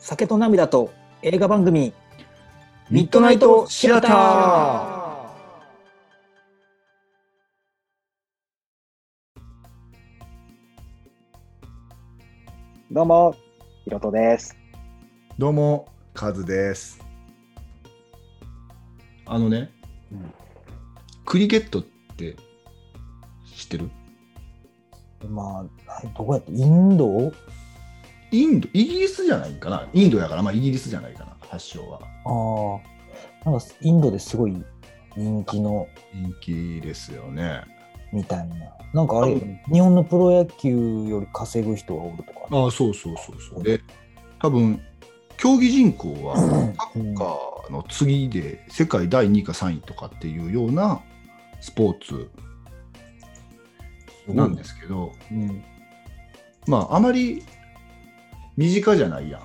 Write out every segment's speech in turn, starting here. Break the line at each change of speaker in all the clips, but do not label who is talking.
酒と涙と映画番組ミッドナイトシアター
どうも、ひろとです。
どうも、カズです。あのね、
うん
クリケットって知ってる
まあはいどこやってインド
インド、イギリスじゃないかなインドやから、まあイギリスじゃないかな、発祥は。
ああなんかインドですごい人気の
人気ですよね。
みたいななんかあれ
多分
日本のプロ野球より稼ぐ人がおるとか、
ああ、そうそうそうそう。で、多分、競技人口はサッカーの次で世界第2位か3位とかっていうようなスポーツなんですすけど、
うん、
まあ、あまり身近じゃないや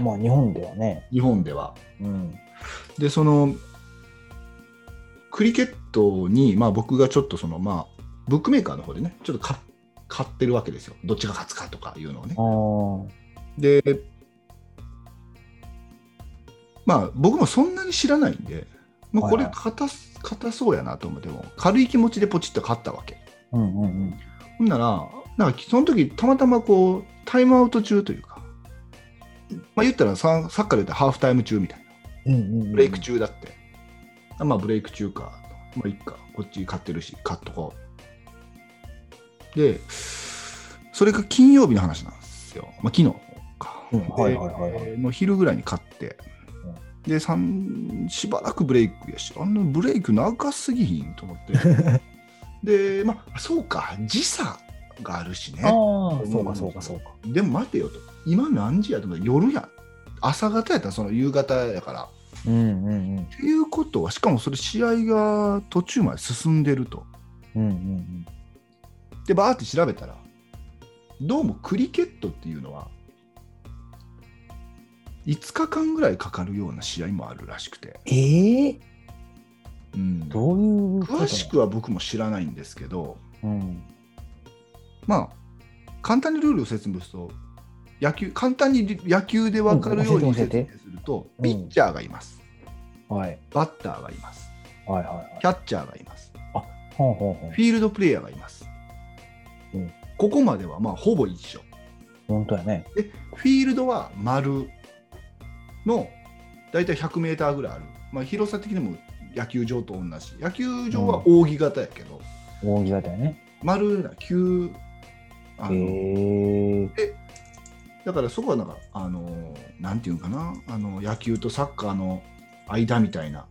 ん、
まあ日本ではね
日本では。
うん
で、その、クリケットに、まあ、僕がちょっとその、まあ、ブックメーカーの方でね、ちょっとか買ってるわけですよ。どっちが勝つかとかいうのをね
あ。あ
で、まあ、僕もそんなに知らないんで、まあ、これ
はいは
勝たす、勝たそうやなと思っても、軽い気持ちでポチッと勝ったわけ。
うんうんうん
ほんなら、なんかその時たまたまこうタイムアウト中というか、まあ、言ったらさサッカーで言ったらハーフタイム中みたい
うん
な、
うんうん
ブレイク中だって、あまあブレイク中か、まあいっか、こっち買ってるし、買っとこう。で、それが金曜日の話なんですよ、まあ、昨日か。
うんはいはいはいはい
での昼ぐらいに買って、で、さんしばらくブレイクやし、あのブレイク長すぎひんと 思って。で、まあ、そうか、時差があるしね。
ああそうかそうかそうか
でも待てよと、今何時やと思って夜やん。朝方やったらその夕方やから。
うんうんうん
っていうことは、しかもそれ試合が途中まで進んでると。
うんうん
で、バーって調べたら、どうもクリケットっていうのは、5日間ぐらいかかるような試合もあるらしくて。
ええ
うん
どういうことなの
詳しくは僕も知らないんですけど、
うん
まあ、簡単にルールを説明すると、野球簡単に野球で分かるよ
う
う
ん
に
教え
説
て
明
教
すると、
うん
ピッチャーがいます、
はい
バッターがいます、
はいはいはい
キャッチャーがいます、
ほんほんほん
フィールドプレイヤーがいます。
うん
ここまではまあほぼ一緒。
本当やね
で、フィールドは丸の大体100メーターぐらいある。まあ、広さ的にも野球場と同じ。野球場は扇形やけど、
扇形やね
丸な球あ
へ
の、
え
だからそこはなんか、あのーなんていうんかな、あの野球とサッカーの間みたいな。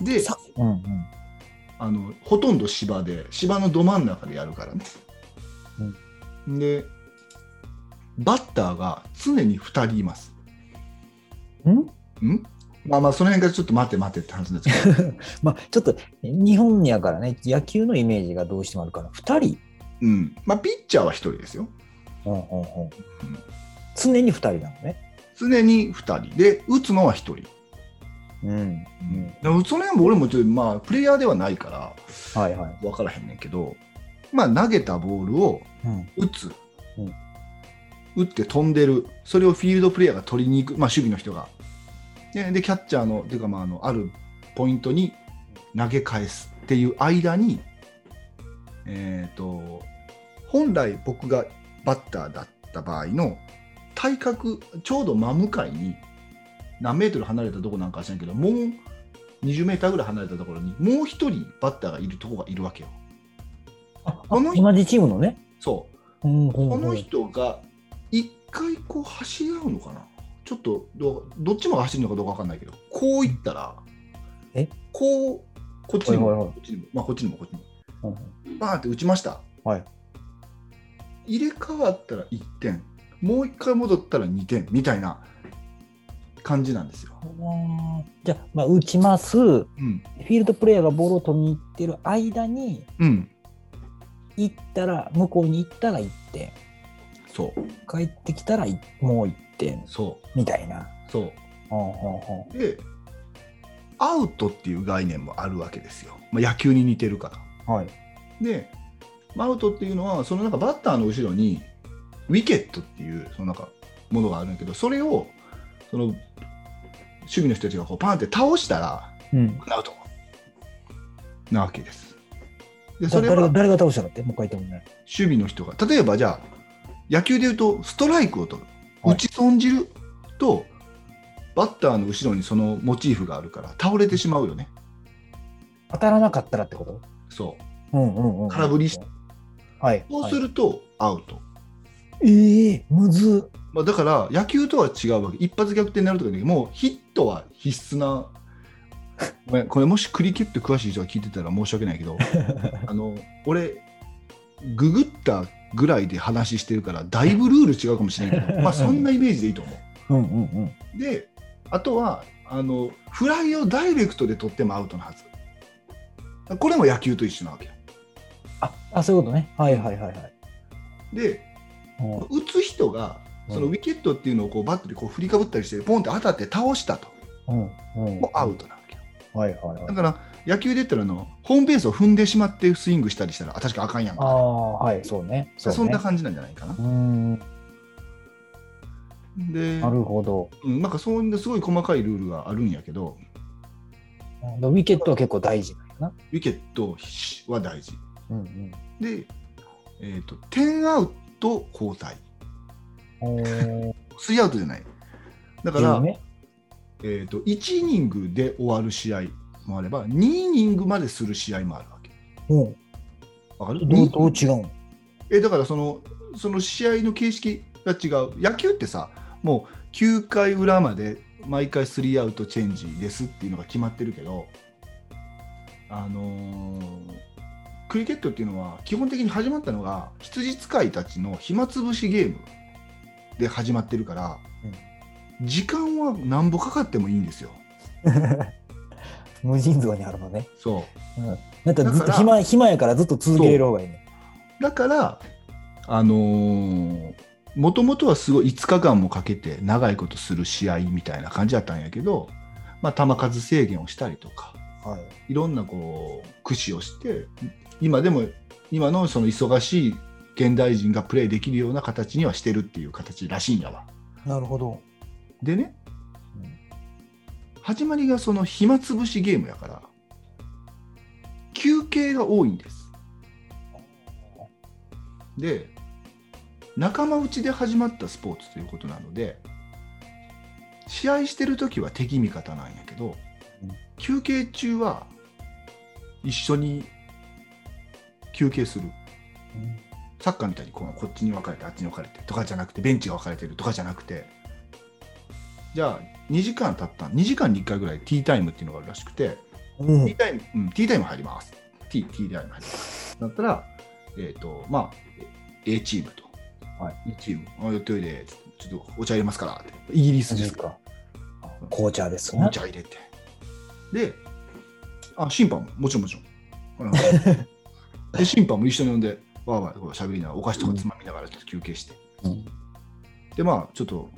で、
さうんうん
あのほとんど芝で、芝のど真ん中でやるからね。で、バッターが常に2人います。
ん
んまあまあ、その辺からちょっと待って待ってって話なん ですけど、
まあちょっと日本やからね野球のイメージがどうしてもあるから2人
うんまあ、ピッチャーは1人ですよ。
うんうんうん常に2人なのね
常に2人で、打つのは1人。
うん
うん、でもその辺も俺もちょっと、まあ、プレイヤーではないから
はいはい
分からへんねんけど、まあ、投げたボールを
うん
打つ、
うん
打って飛んでる、それをフィールドプレイヤーが取りに行く、まあ、守備の人が。で、でキャッチャーの、ていうか、まあ、あのあるポイントに投げ返すっていう間に、えー、と本来僕がバッターだった場合の体格、ちょうど真向かいに、何メートル離れたとこなんかは知らんけど、もう20メーターぐらい離れたところに、もう一人バッターがいるとこがいるわけよ。
あ
この
同じチームのね
そう
うんうん
こ
う
の
ん
人が一回こう走り合うのかなちょっとどどっちもが走るのかどうかわかんないけどこういったら
え
こうこっちにも
はいはいはい
こっちにもまあこっちにもこっちに
うん
もバーンって打ちました、
はい
入れ替わったら1点もう一回戻ったら2点みたいな感じなんですよ、
あーじゃあ、まあ、打ちますフ
うん
ィールドプレイヤーがボールを取りに行ってる間に
うん、
行ったら向こうに行ったら1点
そう
帰ってきたらいもう1点
そ
みたいな。
うそ
ほうほうほ
うでアウトっていう概念もあるわけですよ、まあ、野球に似てるから
うはい。
で、マウトっていうのは、そのなんかバッターの後ろに、ウィケットっていう、そのなんか、ものがあるんだけどそれをその守備の人たちがこうパンって倒したら
うん。
アウトなわけです。でそ
だ
れ
誰
は
が
守
誰が倒したのってもう一回言ってもね。
備の人が例えばじゃあ野球でいうとストライクを取る、
はい
打ち損じるとバッターの後ろにそのモチーフがあるから倒れてしまうよね。
当たらなかったらってこと
そう
うんうんうん。
空振りし
はい。
そうす
は
るとアウト、
いええむずっ。
まあ、だから野球とは違うわけ一発逆転になるとかでもうヒットは必須なごめんこれもしクリケット詳しい人が聞いてたら申し訳な いけどあの俺ググったぐらいで話してるからだいぶルール違うかもしれない けど、まあ、そんなイメージでいいと思
うんうんうん。
う。であとはあのフライをダイレクトで取ってもアウトなはずこれも野球と一緒なわけよ
あ、あそういうことね。はいはいはいはい。
で
うん
打つ人がそのウィケットっていうのをこうバットでこう振りかぶったりしてポンって当たって倒したと
うんうん
もうアウトなわけよ
はいはいは
だ
い。
から野球で言ったらあのホームベースを踏んでしまってスイングしたりしたらあ確かあかんやん
あ
か
あ、はい、そうね。
そ,、
うね
んな感じなんじゃないかな
うーん、な
で
るほど。
うん、なんかそういうすごい細かいルールがあるんやけど
でウィケットは結構大事なんやな。
ウィケットは大事
うん
で、えー、と10アウト交代
うん。おー
3アウトじゃないだか
自由
ら、
ね。
えー、と1イニングで終わる試合もあれば2イニングまでする試合もあるわけ
うん。
わかる
どうどう違うの
えだからそのその試合の形式が違う野球ってさもう9回裏まで毎回スリーアウトチェンジですっていうのが決まってるけどあのークリケットっていうのは基本的に始まったのが羊使いたちの暇つぶしゲームで始まってるから、時間はなんぼかかってもいいんですよ。
無尽蔵にあるのね。
そう
だったらずっ
だ
と
か
暇
ら
暇やからずっと続けれる方がいいね。
だから、あのもともとはすごい5日間もかけて長いことする試合みたいな感じだったんやけど、まあ、球数制限をしたりとか
はい。
いろんなこう駆使をして今でも今のその忙しい現代人がプレーできるような形にはしてるっていう形らしいんやわ。
なるほど。
でね
うん
始まりがその暇つぶしゲームやから休憩が多いんです。で仲間内で始まったスポーツということなので試合してる時は敵味方なんやけど
うん
休憩中は一緒に休憩する
うん
サッカーみたいにこうこっちに分かれてあっちに分かれてとかじゃなくてベンチが分かれてるとかじゃなくてじゃあ2時間経った2時間に1回ぐらいティータイムっていうのがあるらしくて、
うん
ティータイム、うん、ティータイム入りますティーティータイム入りますだったらえっ、とまあ A チームと、、
はい
チームあ寄っておいでちょっとお茶入れますからってイギリスですから
紅茶です
お
ね。
茶入れてであ審判ももちろんもちろんうん で審判も一緒に呼んでわーわーこう喋りながらお菓子とかつまみながらちょっと休憩して、
うん
でまあちょっと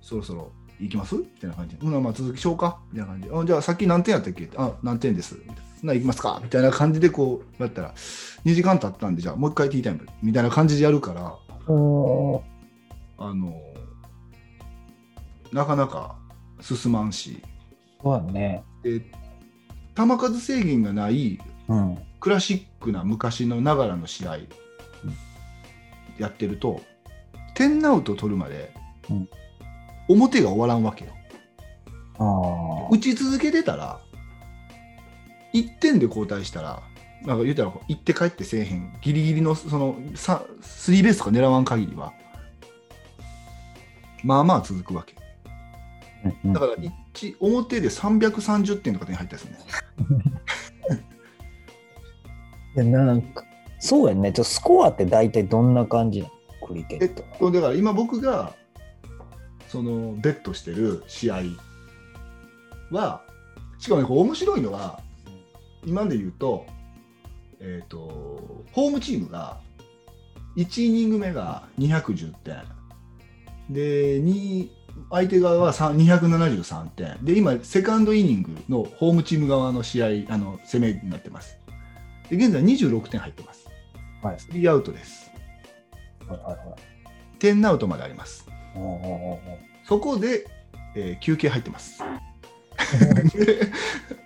そろそろ行きますみたいな感じで、うん、まあ続きしようかみたいな感じであじゃあさっき何点やったっけあ何点ですみたいなな行きますかみたいな感じでこうやったら2時間経ったんでじゃあもう一回ティータイムみたいな感じでやるから
おー
あのなかなか進まんし
そうだね。
で球数制限がない
うん。
クラシックな昔のながらの試合やってると10アウト取るまで
うん
表が終わらんわけよ
ああ。
打ち続けてたら1点で交代したらなんか言うたら行って帰ってせえへんギリギリのそのさスリーベースとか狙わん限りはまあまあ続くわけだから一表で330点とか点入ったりするね
いやなんかそうやんね。ちょスコアって大体どんな感じなのクリケ
え
ッ
っ
ト。
と、だから今僕がそのベットしてる試合はしかもねこう面白いのは今で言うと,、えっとホームチームが1イニング目が210点で2相手側は3 273点で今セカンドイニングのホームチーム側の試合あの攻めになってますで現在26点入ってます
はい
スリーアウトです
はいはいはい
10アウトまであります。 そこで、えー休憩入って ます。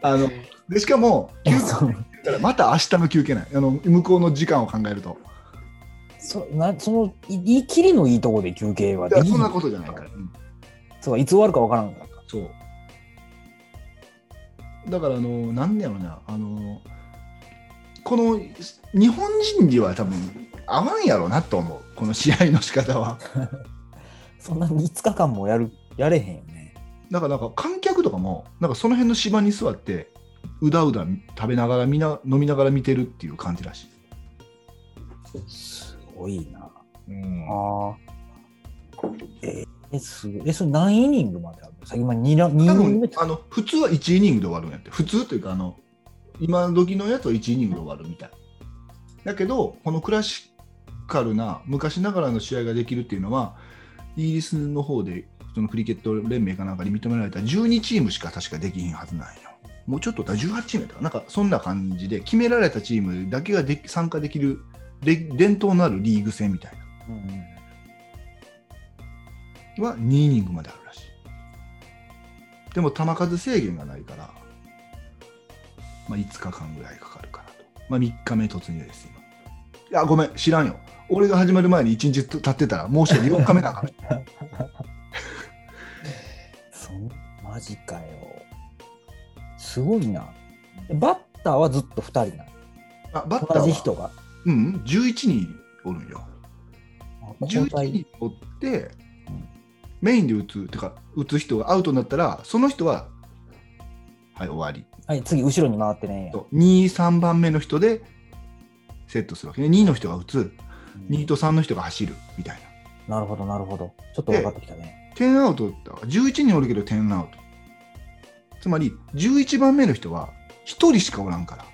あのでしかも休憩
そう
だからまた明日の休憩ないあの向こうの時間を考えると
そなその言い切りのいいとこで休憩は
だか
で
ら
き
そん
な
ないことじゃないから、うん
そうかいつ終わるかわからんから
そうだからあの何やろなあのこの日本人には多分合わんやろうなと思うこの試合の仕方は
そんな5日間もやるやれへんよね
だからなんか観客とかもなんかその辺の芝に座ってうだうだ食べながらみな飲みながら見てるっていう感じらしい、
すごいな
うん
あーえー、すごいえそれ何イニングまであるのさ今 2, ラ二イニン
多分
グ目
あの普通は1イニングで終わるんやって普通というかあの今時のやつは1イニングで終わるみたいだけどこのクラシカルな昔ながらの試合ができるっていうのはイギリスの方でそのクリケット連盟かなんかに認められた12チームしか確かできひんはずなんよもうちょっとだ18チームやったかななんかそんな感じで決められたチームだけができ参加できるれ伝統のあるリーグ戦みたい
うんうん
なは2イニングまであるらしいでも球数制限がないから、まあ、5日間ぐらいかかるかなと、まあ、3日目突入です今いやごめん知らんよ俺が始まる前に1日経ってたらもうすでに4日目だから
そんマジかよすごいなえバッターはずっと2人な
あバッター
の同
は
じ人が
うん11人おるんよ
あ交
11
代
人おって
うん
メインで打つてか打つ人がアウトになったらその人ははい終わり
はい次後ろに回ってね
と23番目の人でセットするわけね2の人が打つ
うん
2と3の人が走るみたいな
なるほどなるほどちょっと分かってきたね
10アウトだから11人おるけど10アウトつまり11番目の人は1人しかおらんから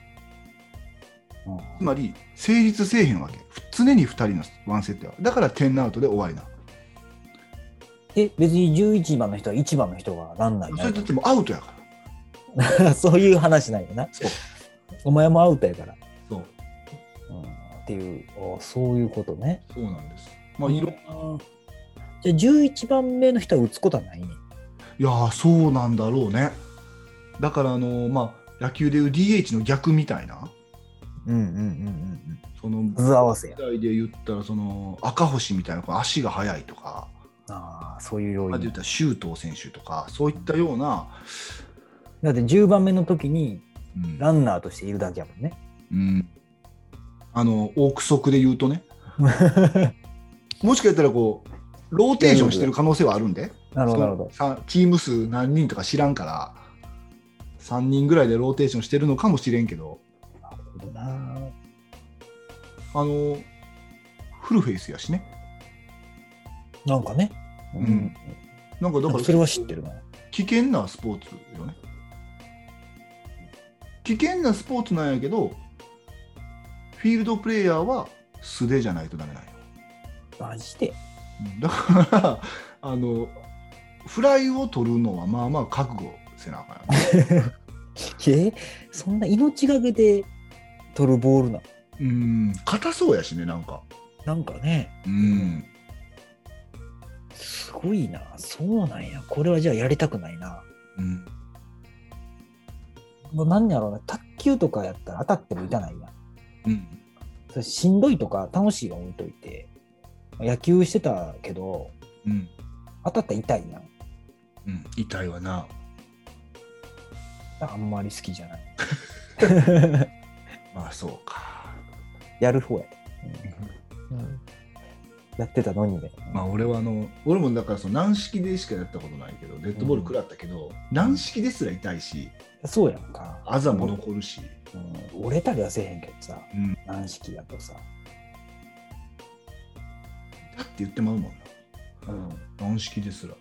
うん
つまり成立せえへんわけ常に2人のワンセットやだから10アウトで終わりな
え別に11番の人は1番の人がランナーにな
それ
る
だってもうアウトやから
から そういう話なんよな
そう
お前もアウトやから、
そう
うん、っていうあそういうことね
そうなんですまあいろ
うんじゃあ11番目の人は打つことはないね
いやーそうなんだろうねだからあのーまあ野球でいう DH の逆みたいな
うんうんうんうん
その
図合わせや
世代で言ったらその赤星みたいなこう足が速いとか、
ああそういう要
ま
因
あで言ったら周東選手とかそういったような、
だって10番目の時に
うん
ランナーとしているだけやもんね。
うんあの憶測で言う とねもしかしたらこうローテーションしてる可能性はあるんで
なるほど、なるほど。
そのさチーム数何人とか知らんから3人ぐらいでローテーションしてるのかもしれんけど
なるほどな。
あのフルフェイスやしね
なんかね。う
うん。なんかだ
な
か
ん
ら
かそれは知ってるな。
危険なスポーツよね危険なスポーツなんやけどフィールドプレイヤーは素手じゃないとダメなんよ
マジで。
うんだからあのフライを取るのはまあまあ覚悟せなあかんよね、
えそんな命がけで取るボールな。
うん硬そうやしねなんか
なんかね、
うん
すごいな。そうなんや。これはじゃあやりたくないな。
うん
もう何やろうな。卓球とかやったら当たっても痛ないやん。
うん
それしんどいとか楽しいは置いといて。野球してたけど、
うん、
当たったら痛いやん。
うん、痛いわな
あんまり好きじゃない。
まあそうか
やる方やで、やってたのにね。
まあ俺はあの俺もだからその軟式でしかやったことないけどデッドボール食らったけど、軟式ですら痛いし
そうやんか、
あざも残るし、
うん折れたりはせえへんけどさ、
うん
軟式やとさ、
だって言ってまうもんな
うん、
軟式ですら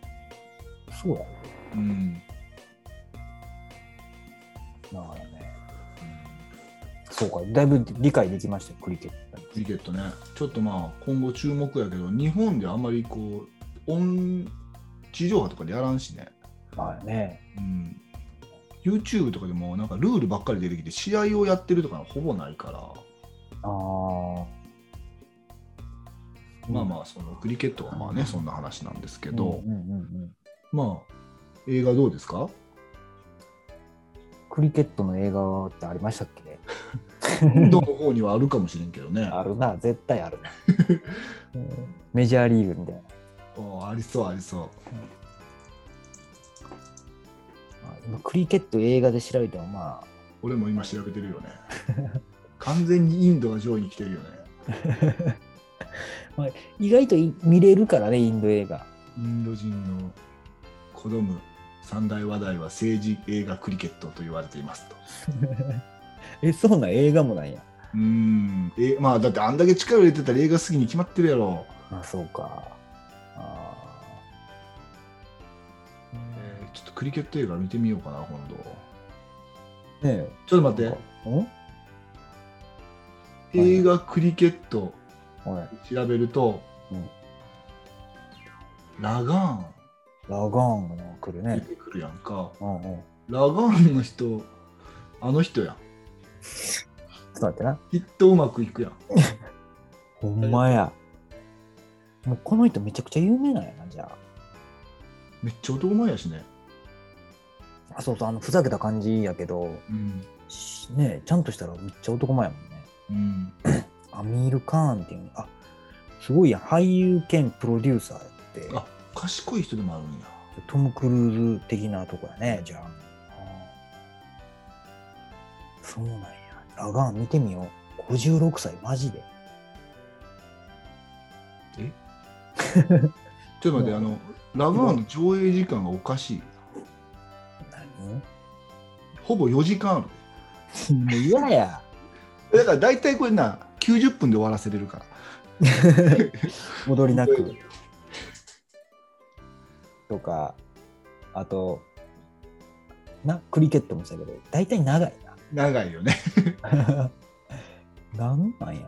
そうや
うん
ろだからね、そうか、だいぶ理解できましたよ、クリケット。
クリケットねちょっとまあ今後注目やけど日本であんまりこうオン地上波とかでやらんしね、
まあね、
うん、YouTube とかでもなんかルールばっかり出てきて試合をやってるとかほぼないから
ああ、
まあまあそのクリケットはまあねそんな話なんですけ
け
ど、
うんうんうんうん、
まあ映画どうですか
クリケットの映画ってありましたっけ
インドの方にはあるかもしれんけどね
あるな絶対ある な、うんメジャーリーグみたいな
おーありそうありそう
あ今クリケット映画で調べてもまあ
俺も今調べてるよね完全にインドが上位に来てるよね
意外とい見れるからねインド映画
インド人の子供三大話題は政治映画クリケットと言われていますと
えそうなん映画もなんや
うーんえまあだってあんだけ力を入れてたら映画好きに決まってるやろ
あそうかあ
えーちょっとクリケット映画見てみようかな今度
ーねえ
ちょっと待って
うん
映画クリケット
おい
調べると、
うん
ラガーン
ラガーンがね来る
出
ね
てくるやんか、
うんうん
ラガーンの人あの人やん
ちょっと待ってな
きっとうまくいくやん
ほんまやもうこの人めちゃくちゃ有名なんやなじゃあ
めっちゃ男前やしね
あそうそうあのふざけた感じやけど
うん、
しねえちゃんとしたらめっちゃ男前やもんね
うん、
アミール・カーンっていうあすごいやん俳優兼プロデューサーやって
あ賢い人でもあるんや
トム・クルーズ的なとこやねじゃああーそうなんやラガーン見てみよう56歳マジで
ちょっと待って、あの、ラブワンの上映時間がおかしい。
何
ほぼ4時間ある。
もう嫌や
だから大体これな、90分で終わらせれるから。
戻りなくとかあとなクリケットもそうやけど大体長い
長いよね。
な なんなんやろな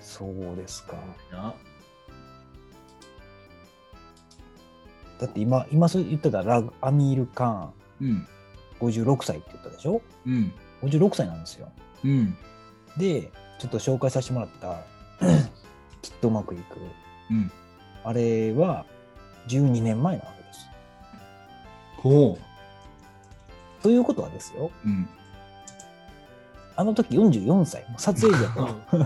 そうですかだって今今そう言ってたラグアミール・カ
うん、
ーン56歳って言ったでしょ
うん、
56歳なんですよ
うん、
でちょっと紹介させてもらった「きっとうまくいく」
うん。
あれは12年前なわけです。
ほ
ということはですよ、
う。うん。
あの時44歳、もう撮影時だ と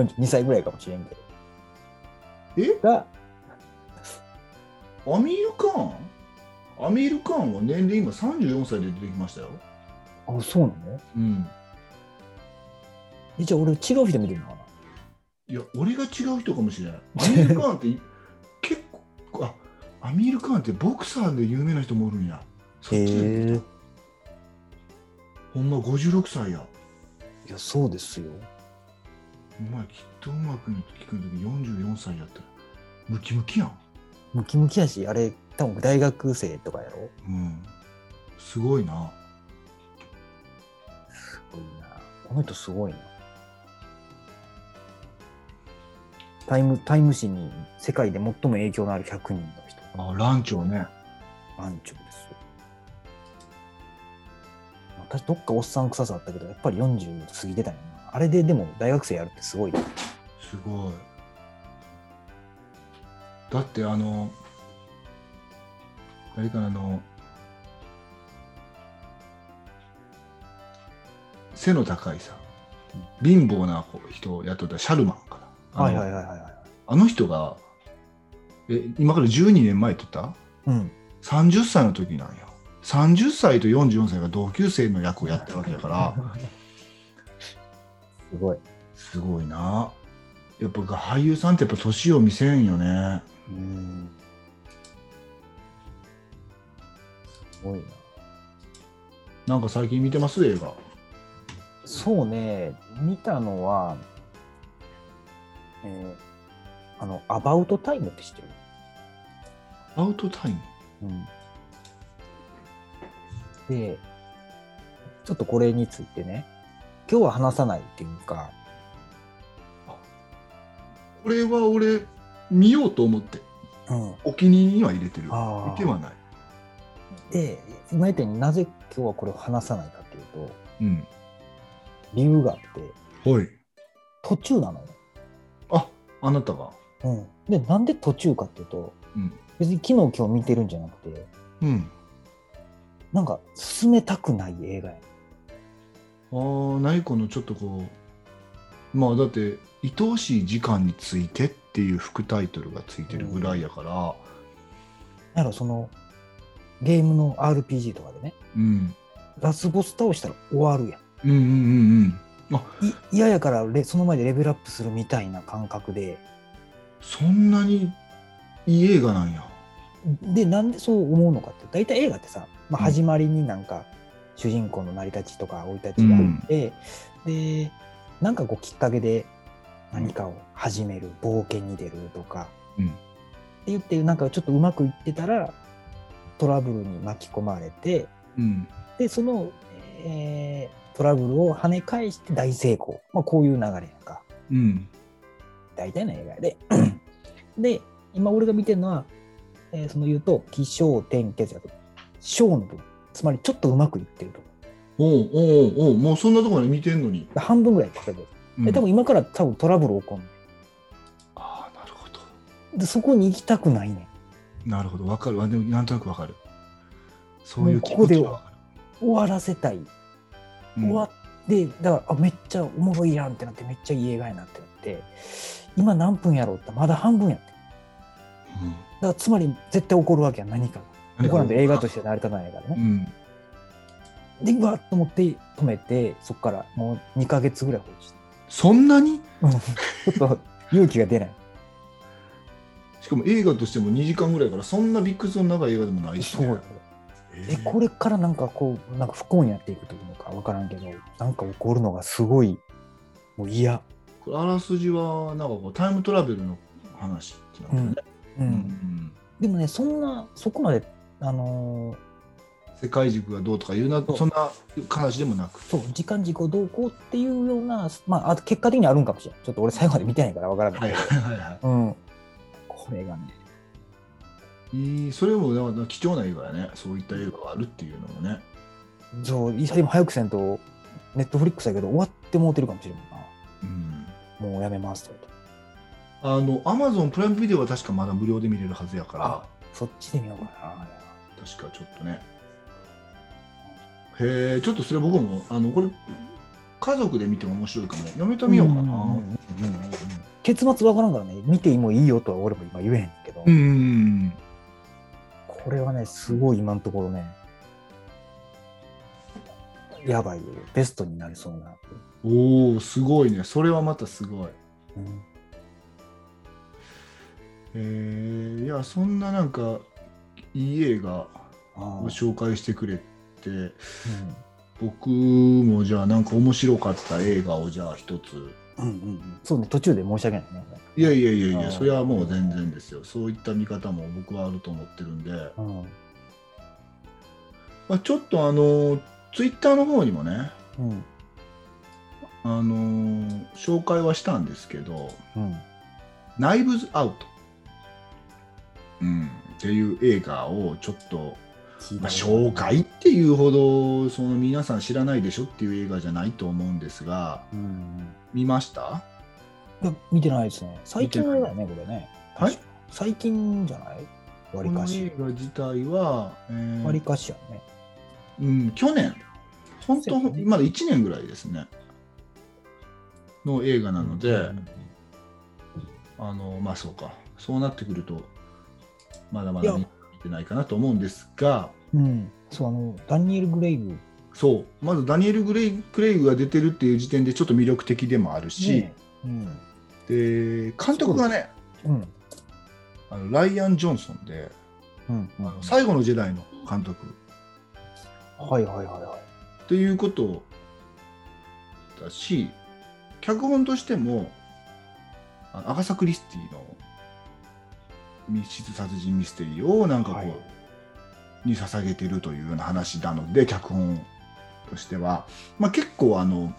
42歳ぐらいかもしれんけど。
え
が、
アミール・カーンアミール・カーンは年齢今34歳で出てきましたよ。
あ、そうなの
うん。
えじゃあ俺違う人見てるのかない
や、俺が違う人かもしれない。アミール・カーンってい 結構、あアミール・カーンってボクサーで有名な人もおるんや。そっちで
え。
ほんま56歳や。
いや、そうですよ。
お前きっとうまくの聞くの時44歳やったらムキムキやん
ムキムキやし、あれ、多分大学生とかやろ
うんすごいな
すごいな。この人すごいな。タイム、タイム誌に世界で最も影響のある100人の人。
あランチョね
番長ですよ。私、どっかおっさん臭さあったけど、やっぱり40過ぎてたんやな。あれででも大学生やるってすごいな。
すごいだってあの誰かなあの背の高いさ貧乏な子人を雇ったシャルマンかなあの,、
はいはいはい。
あの人がえ今から12年前って言った
うん。
30歳の時なんや30歳と44歳が同級生の役をやってるわけだから
すごい。
すごいなやっぱ俳優さんってやっぱ年を見せんよね
うん。すごいな。
なんか最近見てます映画
そうね、見たのは、えーあの、アバウトタイムって知ってる
アウトタイム
で、ちょっとこれについてね、今日は話さないっていうか、
これは俺見ようと思って
うん、
お気に入りには入れてる
あー
見てはない
で、今言ったようになぜ今日はこれを話さないかっていうと、
うん
理由があって、
はい
途中なのよ、
ああなたが。
うん、でなんで途中かっていうと
うん。
別に昨日今日見てるんじゃなくて
うん、
なんか進めたくない映画や
ああ、ないこのちょっとこう、まあだって、愛おしい時間についてっていう副タイトルがついてるぐらいやから、
なんかそのゲームの RPG とかでね
うん、
ラスボス倒したら終わるやん
うん、うんうんうん。
い嫌やからレその前でレベルアップするみたいな感覚で
そんなにいい映画なんや。
でなんでそう思うのかって大体映画ってさ、まあ、
うん
始まりになんか主人公の成り立ちとか生い立ちがあって、でなんかこうきっかけで何かを始める冒険に出るとか、
うん
って言ってなんかちょっとうまくいってたらトラブルに巻き込まれて
うん、
でその、えートラブルを跳ね返して大成功、まあ、こういう流れやんか
うん、
大体の映画やで で今俺が見てるのは、えーその言うと起承転結やと小の部分つまりちょっとうまくいってるとこ
おうおうおうもうそんなところで見てんのに。
で半分ぐらいやったけど、
うん
で多分今から多分トラブル起こる
ああ、なるほど。
でそこに行きたくないねん
なるほど、わかるわ。でも、なんとなくわかる。そういう
もう
気
こ
持
こで
ちがわか
終わらせたい、
る。
終わってだからあめっちゃおもろいやんってなってめっちゃいい映画やなってなって今何分やろうってまだ半分やってだ
うん
からつまり絶対起こるわけやん何か
うん
がこれなんて映画として成り立たないからね、
うん。
でうわっと思って止めてそこからもう2ヶ月ぐらい放置して
そんなに
うんちょっと勇気が出ない。
しかも映画としても2時間ぐらいからそんなビッグスの長い映画でもないし、ね、え
えこれからなんかこうなんか不幸になっていくというのか分からんけどなんか起こるのがすごいもう嫌。
これあらすじはなんかこうタイムトラベルの話ってなるね、
う
うん
んでもねそんなそこまであの
世界軸がどうとかいうな
そう
そんな話でもなく
ーそう時間軸をどうこうっていうようなまああと結果的にあるんかもしれないちょっと俺最後まで見てないから分からない
はいはいはいは
うん、これがね
いいいそれもだから貴重な映画やねそういった映画があるっていうのもね
そういやでも早くせんとネットフリックスだけど終わってもうてるかもしれんもんな
うん
もうやめますと
あのアマゾンプライムビデオは確かまだ無料で見れるはずやから
そっちで見ようかな
確かちょっとねへえちょっとそれ僕もあのこれ家族で見ても面白いかも嫁と見ようかな、
んんうんうんうん結末わからんからね見てもいいよとは俺も今言えへんけど、
うんうんうん
これはねすごい今のところねやばいよベストになりそうな、
おおすごいねそれはまたすご
う
い
ん
えー、いやそんななんかいい映画
あ
を
ー
紹介してくれて僕もじゃあなんか面白かった映画をじゃあ一つ
うんうんうんうんそうね途中で申し訳ないね
いやいやいやい
あー
やそれはもう全然ですよそういった見方も僕はあると思ってるんで、
うん、
まあ、ちょっとあのツイッターの方にもね
うん
あの紹介はしたんですけど
うん
「ナイブズ・アウト」うん、っていう映画をちょっとまあ、紹介っていうほどその皆さん知らないでしょっていう映画じゃないと思うんですが
うんうん
見ました
いや見てないですね最近の映画だよねこれね
はい
確か最近じゃないわ
こ
り
の
かし
映画自体は、えー
わりかしやね
うん、去年本
そ
当
うですね
まだ1年ぐらいですねの映画なので、
うん
あのまあそうかそうなってくるとまだま
い
だ
や
見てないかなと思うんですが
うん、そうあのダニエル・グレイグ、
そうまずダニエル・グレイクレイグが出てるっていう時点でちょっと魅力的でもあるし、
ねうん
で監督がね
うん
あのライアン・ジョンソンで。
うんうん、
あの最後の時代の監督
はいはいはいはい。
ということだし脚本としてもあのアガサ・クリスティの密室殺人ミステリーをなんかこう、
はい
に捧げてるというような話なので脚本としては、まあ、結構あの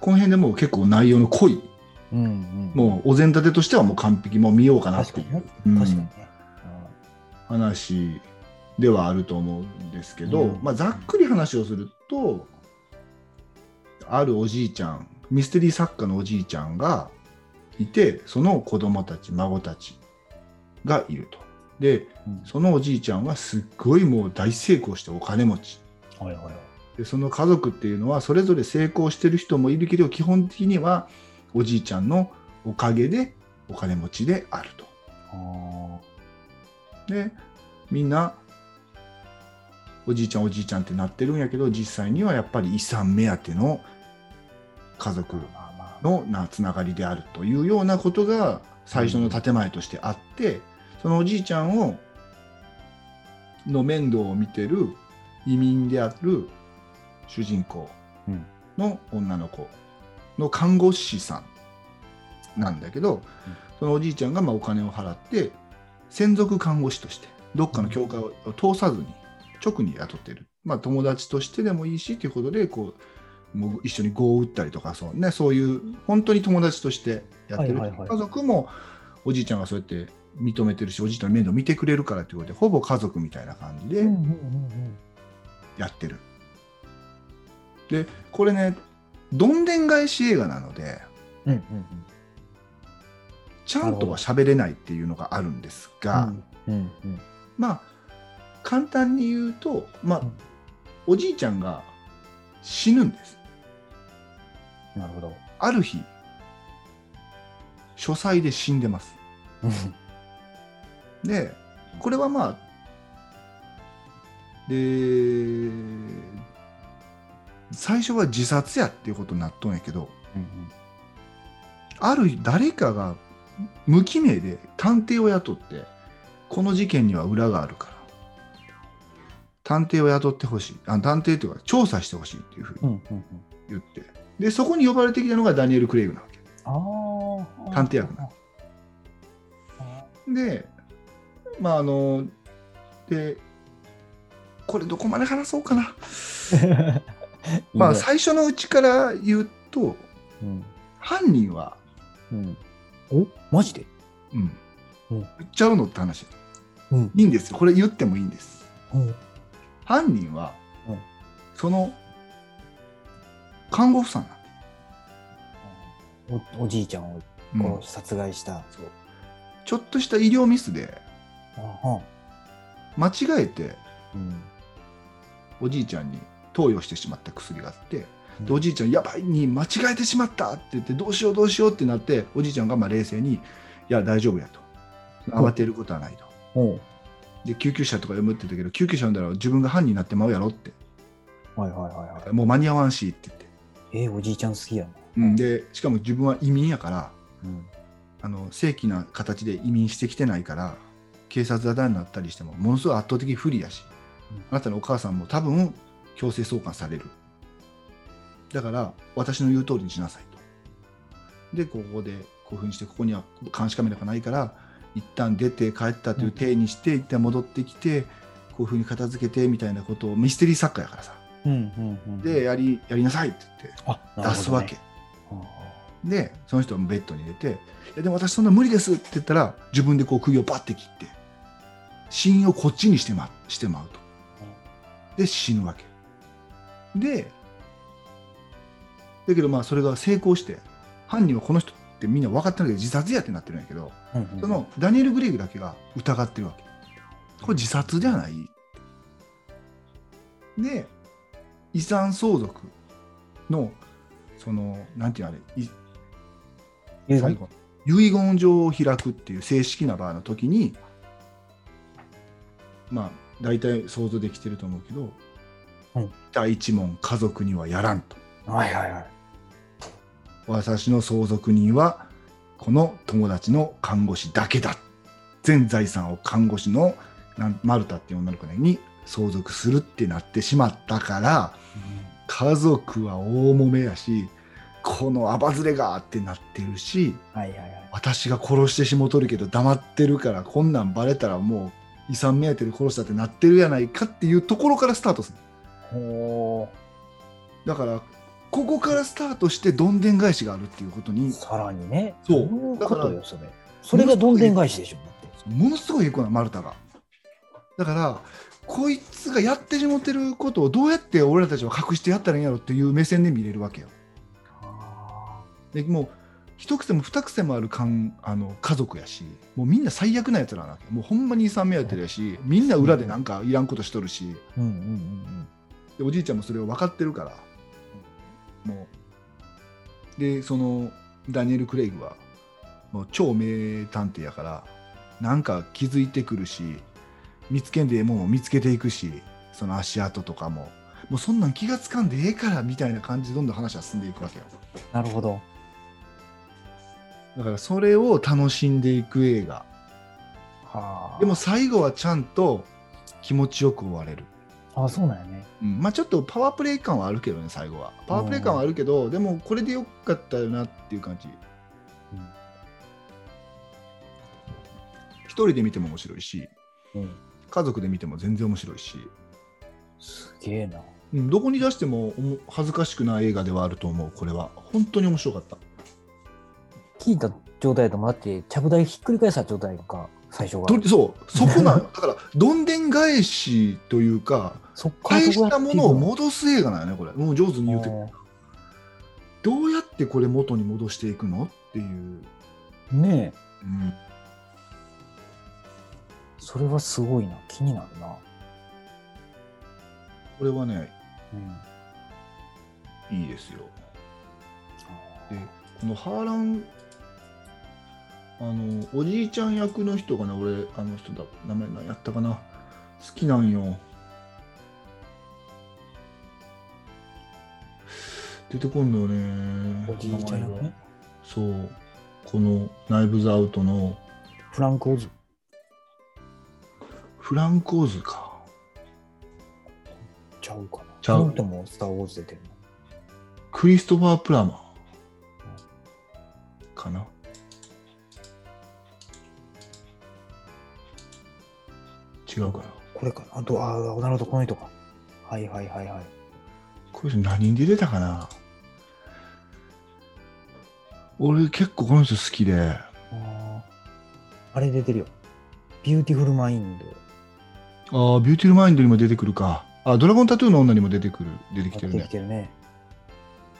この辺でもう結構内容の濃い
うんうん、
もうお膳立てとしてはもう完璧もう見ようかなっ
確
て
かに
い
ね
う、。うん
確かにね。
話ではあると思うんですけど、
うん
まあ、ざっくり話をするとあるおじいちゃんミステリー作家のおじいちゃんがいてその子供たち孫たちがいるとでそのおじいちゃんはすっごいもう大成功してお金持ち
はいはいはい。
でその家族っていうのはそれぞれ成功してる人もいるけど基本的にはおじいちゃんのおかげでお金持ちであると。
あ
でみんなおじいちゃんおじいちゃんってなってるんやけど実際にはやっぱり遺産目当ての家族
ーまあまあ。
のなつながりであるというようなことが最初の建前としてあって、そのおじいちゃんをの面倒を見てる移民である主人公
うん
の女の子の看護師さんなんだけど、
うん
そのおじいちゃんがまあお金を払って専属看護師としてどっかの教会を通さずに直に雇ってる、まあ、友達としてでもいいしということでこうもう一緒に碁を打ったりとかそう,、ね、そういう本当に友達としてやってる、
はいはいはい
家族もおじいちゃんがそうやって認めてるしおじいちゃんの面倒見てくれるからということでほぼ家族みたいな感じで。
うんうんうん
やってる。でこれねどんでん返し映画なので
うん。うんうん
ちゃんとは喋れないっていうのがあるんですが、
うん。うんうん。
まあ簡単に言うと、まあ
うん
おじいちゃんが死ぬんです。
なるほど。
ある日書斎で死んでます。でこれはまあで最初は自殺やっていうことになっとんやけど、
うん
ある誰かが無記名で探偵を雇ってこの事件には裏があるから探偵を雇ってほしいあ探偵というか調査してほしいっていうふうに
うんうんうんうん。
言ってでそこに呼ばれてきたのがダニエル・クレイグなわけ
ああ。
探偵役な
あ
でまああのでこれどこまで話そうかな
ー。
まあ
いいね
最初のうちから言うと
うん。
犯人は、
うん。おマジで
うん、
うん
言っちゃうのって話
うん。
いいんですよこれ言ってもいいんです
うん。
犯人は、
うん
その看護婦さんなん
おおじいちゃんを
だ、
殺し殺害した。
そうちょっとした医療ミスで
あは
間違えて
うん。
おじいちゃんに投与してしまった薬があって
うん
でおじいちゃん「やばいに間違えてしまった!」って言って「どうしようどうしよう」ってなっておじいちゃんがまあ冷静に「いや大丈夫や」と「
うん
慌てることはない」と。
おう
で救急車とか読むって言ったけど救急車呼んだら自分が犯人になってまうやろって
はいはいはいは
もう間に合わんしって言っ
い。
て、
えー、おじいちゃん好きやな。
うん、でしかも自分は移民やから
うん。
あの正規な形で移民してきてないから警察沙汰になったりしてもものすごい圧倒的不利やし、
うん
あなたのお母さんも多分強制送還されるだから私の言う通りにしなさいとでここでこういうふうにしてここには監視カメラがないから一旦出て帰ったという体にして、一旦戻ってきてこういうふうに片付けてみたいなことをミステリー作家やからさ
うんうんうん。
で、やりやりなさいって言って
あ、なるほどね
出すわけ。
は
でその人もベッドに入れて「いやでも私そんな無理です」って言ったら自分でこう釘をバッて切って死因をこっちにしてましてまうとで死ぬわけでだけどまあそれが成功して犯人はこの人ってみんな分かってないけど自殺やってなってるんやけど
あうんうん
そのダニエル・グレイグだけが疑ってるわけこれ自殺ではないで遺産相続のそのなんていうのあれい
遺
最
言
後遺言状を開くっていう正式な場の時にまあ大体想像できてると思うけど、
うん
第一問家族にはやらんと
はいはいはい。
私の相続人はこの友達の看護師だけだ全財産を看護師のなんマルタっていう女の子に相続するってなってしまったから家族は大揉めやしこのアバズレがってなってるし
はいはいはい。
私が殺してしもとるけど黙ってるからこんなんバレたらもう遺産目当てで殺したってなってるやないかっていうところからスタートする
ほ
だからここからスタートしてどんでん返しがあるっていうこと
う
に
さらにね。
そう
い
だ
こ
から
とよ、それ。それがどんでん返しでしょ、だって。
ものすごいへこないマルタがだからこいつがやってしもてることをどうやって俺らたちは隠してやったらいいんやろっていう目線で見れるわけよでもう一癖も二癖もあるかんあの家族やしもうみんな最悪なやつらなわけもうほんまに遺産目当てやしみんな裏でなんかいらんことしとるし
うんうんうん
でおじいちゃんもそれを分かってるからもうでそのダニエル・クレイグはもう超名探偵やからなんか気づいてくるし見つけんでええもんを見つけていくしその足跡とかももうそんなん気がつかんでええからみたいな感じでどんどん話は進んでいくわけよ
うん。なるほど。
だからそれを楽しんでいく映画
はあ。
でも、最後はちゃんと気持ちよく終われる、
あそうなんやね。
うんまあちょっとパワープレイ感はあるけどね最後はパワープレイ感はあるけどでもこれでよかったよなっていう感じ
うん
一人で見ても面白いし
うん。
家族で見ても全然面白いし、
すげえな。
うん、どこに出してもおも恥ずかしくない映画ではあると思うこれは本当に面白かった
聞いた状態やともだって、ちゃぶ台ひっくり返した状態か、最初が。
とそうそこなの だからどんでん返しというか
そっから
返
ど
し
うや
た
って
も
いく
のを戻す映画なんよねこれもう上手に言うて
うん
どうやってこれ元に戻していくのっていう、
ねえ。
うん、
それはすごいな。気になるな。
これはね
うん。
いいですよでこのハーランあのおじいちゃん役の人がね俺あの人だ名前何やったかな好きなんよ出てこんのよね
おじいちゃん役
名前
ね
が。そうこの「ナイブズ・アウト」の
フランク・オズ。
フランコーズか
ちゃうかな。
ちゃう
この人もスター・ウォーズ出てる
クリストファー・プラマーかな違うかな
これかな。あと、ああ、なるほど、この人か。はいはいはいはい。
これ何に出てたかな俺結構この人好きで
あーあれ出てるよ。ビューティフル・マインド。
ああビューティルマインドにも出てくるかあドラゴンタトゥーの女にも出てくる出てきてる
出て
ね
きてるね。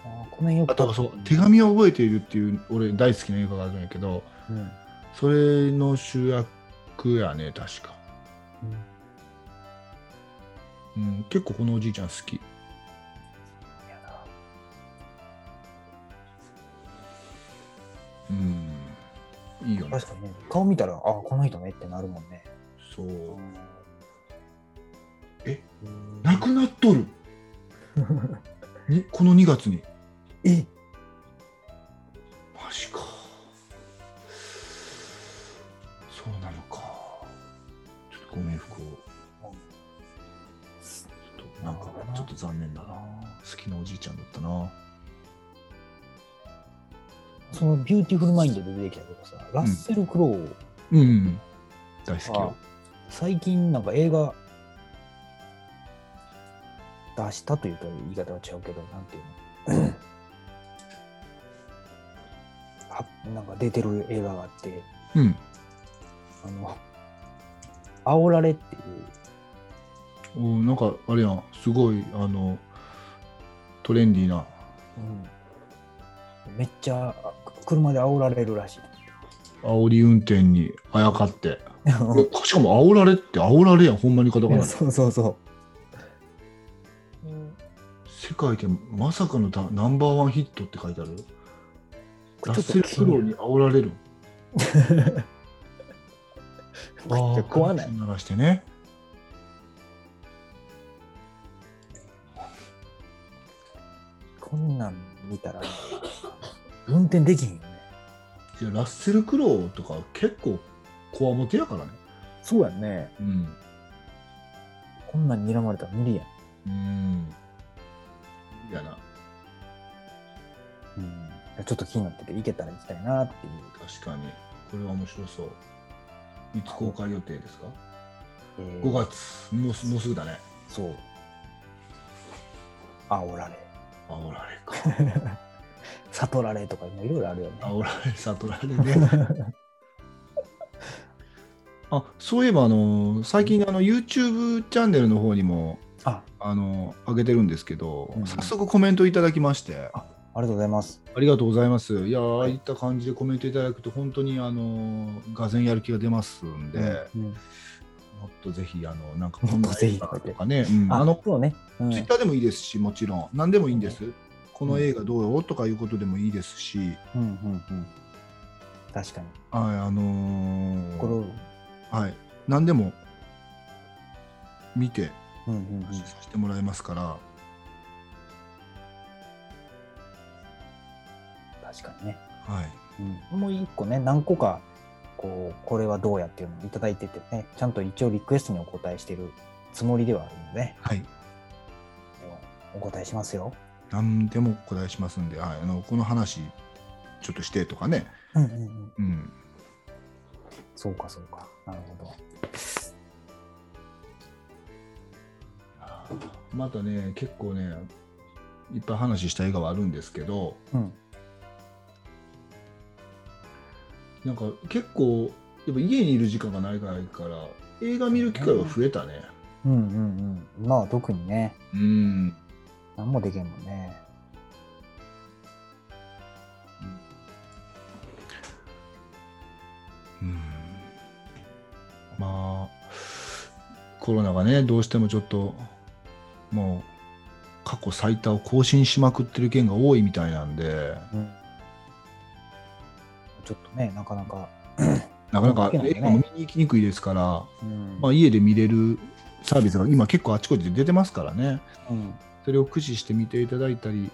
あーこの辺よく
あとはそう手紙を覚えているっていう俺大好きな映画があるんやけど
うん。
それの主役やね確か
うん
うん、結構このおじいちゃん好き。うん、いいよね。
確かにね、顔見たら、あーこの人ねってなるもんね。
そう。え
うん
なくなっ とるにこの2月に。
え
マジか。そうなのか。ちょっとご冥福を。ちょっとなんかちょっと残念だな。好きなおじいちゃんだったな。
そのビューティフルマインドで出てきたけどさ、ラッセル・クロウ
うん、うん、大好き
は
よ。
最近なんか映画出したというと言い方は違うけど、なんていうの。あなんか出てる映画があって、
うん。
あの、煽られっていう、
おなんかあれやんすごいあのトレンディーな
うんめっちゃあ車で煽られるらしい。
煽り運転にあやかってしかも煽られって煽られやんほんまにカタカナで
そうそうそ
世界でまさかのダナンバーワンヒットって書いてある
ちょ
ラ
っ
ッ
と
セル・プロに煽られる
う。めっちゃ怖ない。
鳴らしてね
こんなん見たら、運転できひんよね。
いやラッセル・クロウとか結構こわもてやからね
そうやんね。
うん
こんなん睨まれたら無理やん。
うんやな
ちょっと気になってて、行けたら行きたいなっていう。
確かにこれは面白そういつ公開予定ですか
えー
5月もうすもうすぐだね
そう。煽られ、
煽られか
悟られとか、いろいろあるよね。
煽られ悟られね あそういえばあの最近あの YouTube チャンネルの方にも
あ
あの上げてるんですけど、
うん
早速コメントいただきまして
ありがとうございます。
ありがとうございます。いやー、ああいった感じでコメントいただくと、本当に、あのー、がぜやる気が出ますんで、
うん
もっとぜひ、あの、なんか、
もっと ぜひ
こんな映画とかね、うんあ
あ
の
の、、そうね。うん
ツイッターでもいいですし、もちろん、何でもいいんです。この映画どうよとかいうことでもいいですし、
うんうんうん。確かに。
はい、あのー
これを、
はい、何でも見て、
うんうんうん。
させてもらいますから、
確かにね。
はい。
うん、もう一個ね、何個か、こう、これはどうやっていうのをいただいててね、ちゃんと一応リクエストにお答えしてるつもりではあるので、ね、
はい。
お答えしますよ。
何でもお答えしますんで、はい、あの、この話、ちょっとしてとかね、
うんうんうん。
うん。
そうかそうか。なるほど。
またね結構ねいっぱい話したい映画はあるんですけど
うん。
なんか結構やっぱ家にいる時間がないから映画見る機会は増えたね
うんうんうん。まあ特にね、
うん
何もできんもんね。
うんまあコロナがねどうしてもちょっともう過去最多を更新しまくってる県が多いみたいなんで
うん。ちょっとね、なかなか。
なかなか
そうですね
映画も見に行きにくいですから、
うん
まあ、家で見れるサービスが今結構あちこちで出てますからね。
うん
それを駆使して見ていただいたり、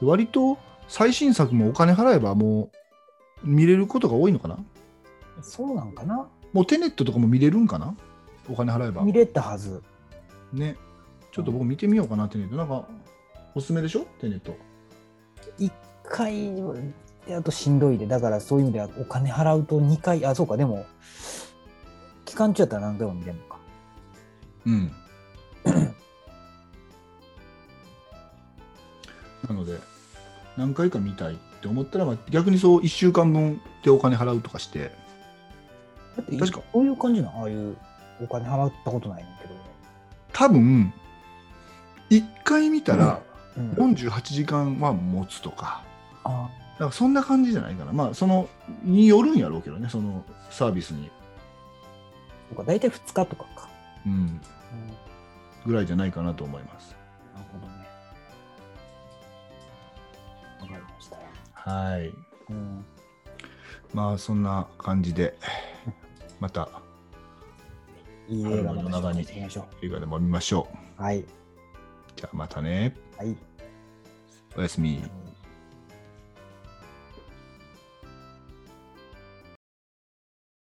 で割と最新作もお金払えばもう見れることが多いのかな
そうなんかな
もうテネットとかも見れるんかなお金払えば。
見れたはず。
ね。ちょっと僕見てみようかな、テネット。なんか、おすすめでしょテネット。
一回やるとしんどいで、だからそういう意味ではお金払うと2回、あ、そうか、でも、期間中やったら何回も見れるのか。
うん。 なので、何回か見たいって思ったら、まあ逆にそう1週間分でお金払うとかして、
だって、
確か
こういう感じなのああいうお金払ったことないねんだけどね
多分、1回見たら、
うん
48時間は持つとか、
あ
なんかそんな感じじゃないかな、まあ、そのによるんやろうけどね、そのサービスに、
そうか、大体2日とかか。
うん、
うん
ぐらいじゃないかなと思います。
なるほどね。わかりましたよ。
はい。
うん。
まあ、そんな感じで、また
いい映画の中に行きましょ
映画でも見ましょ
う。はい。
う。じゃあ、またね。
はい。
おやすみ。
うん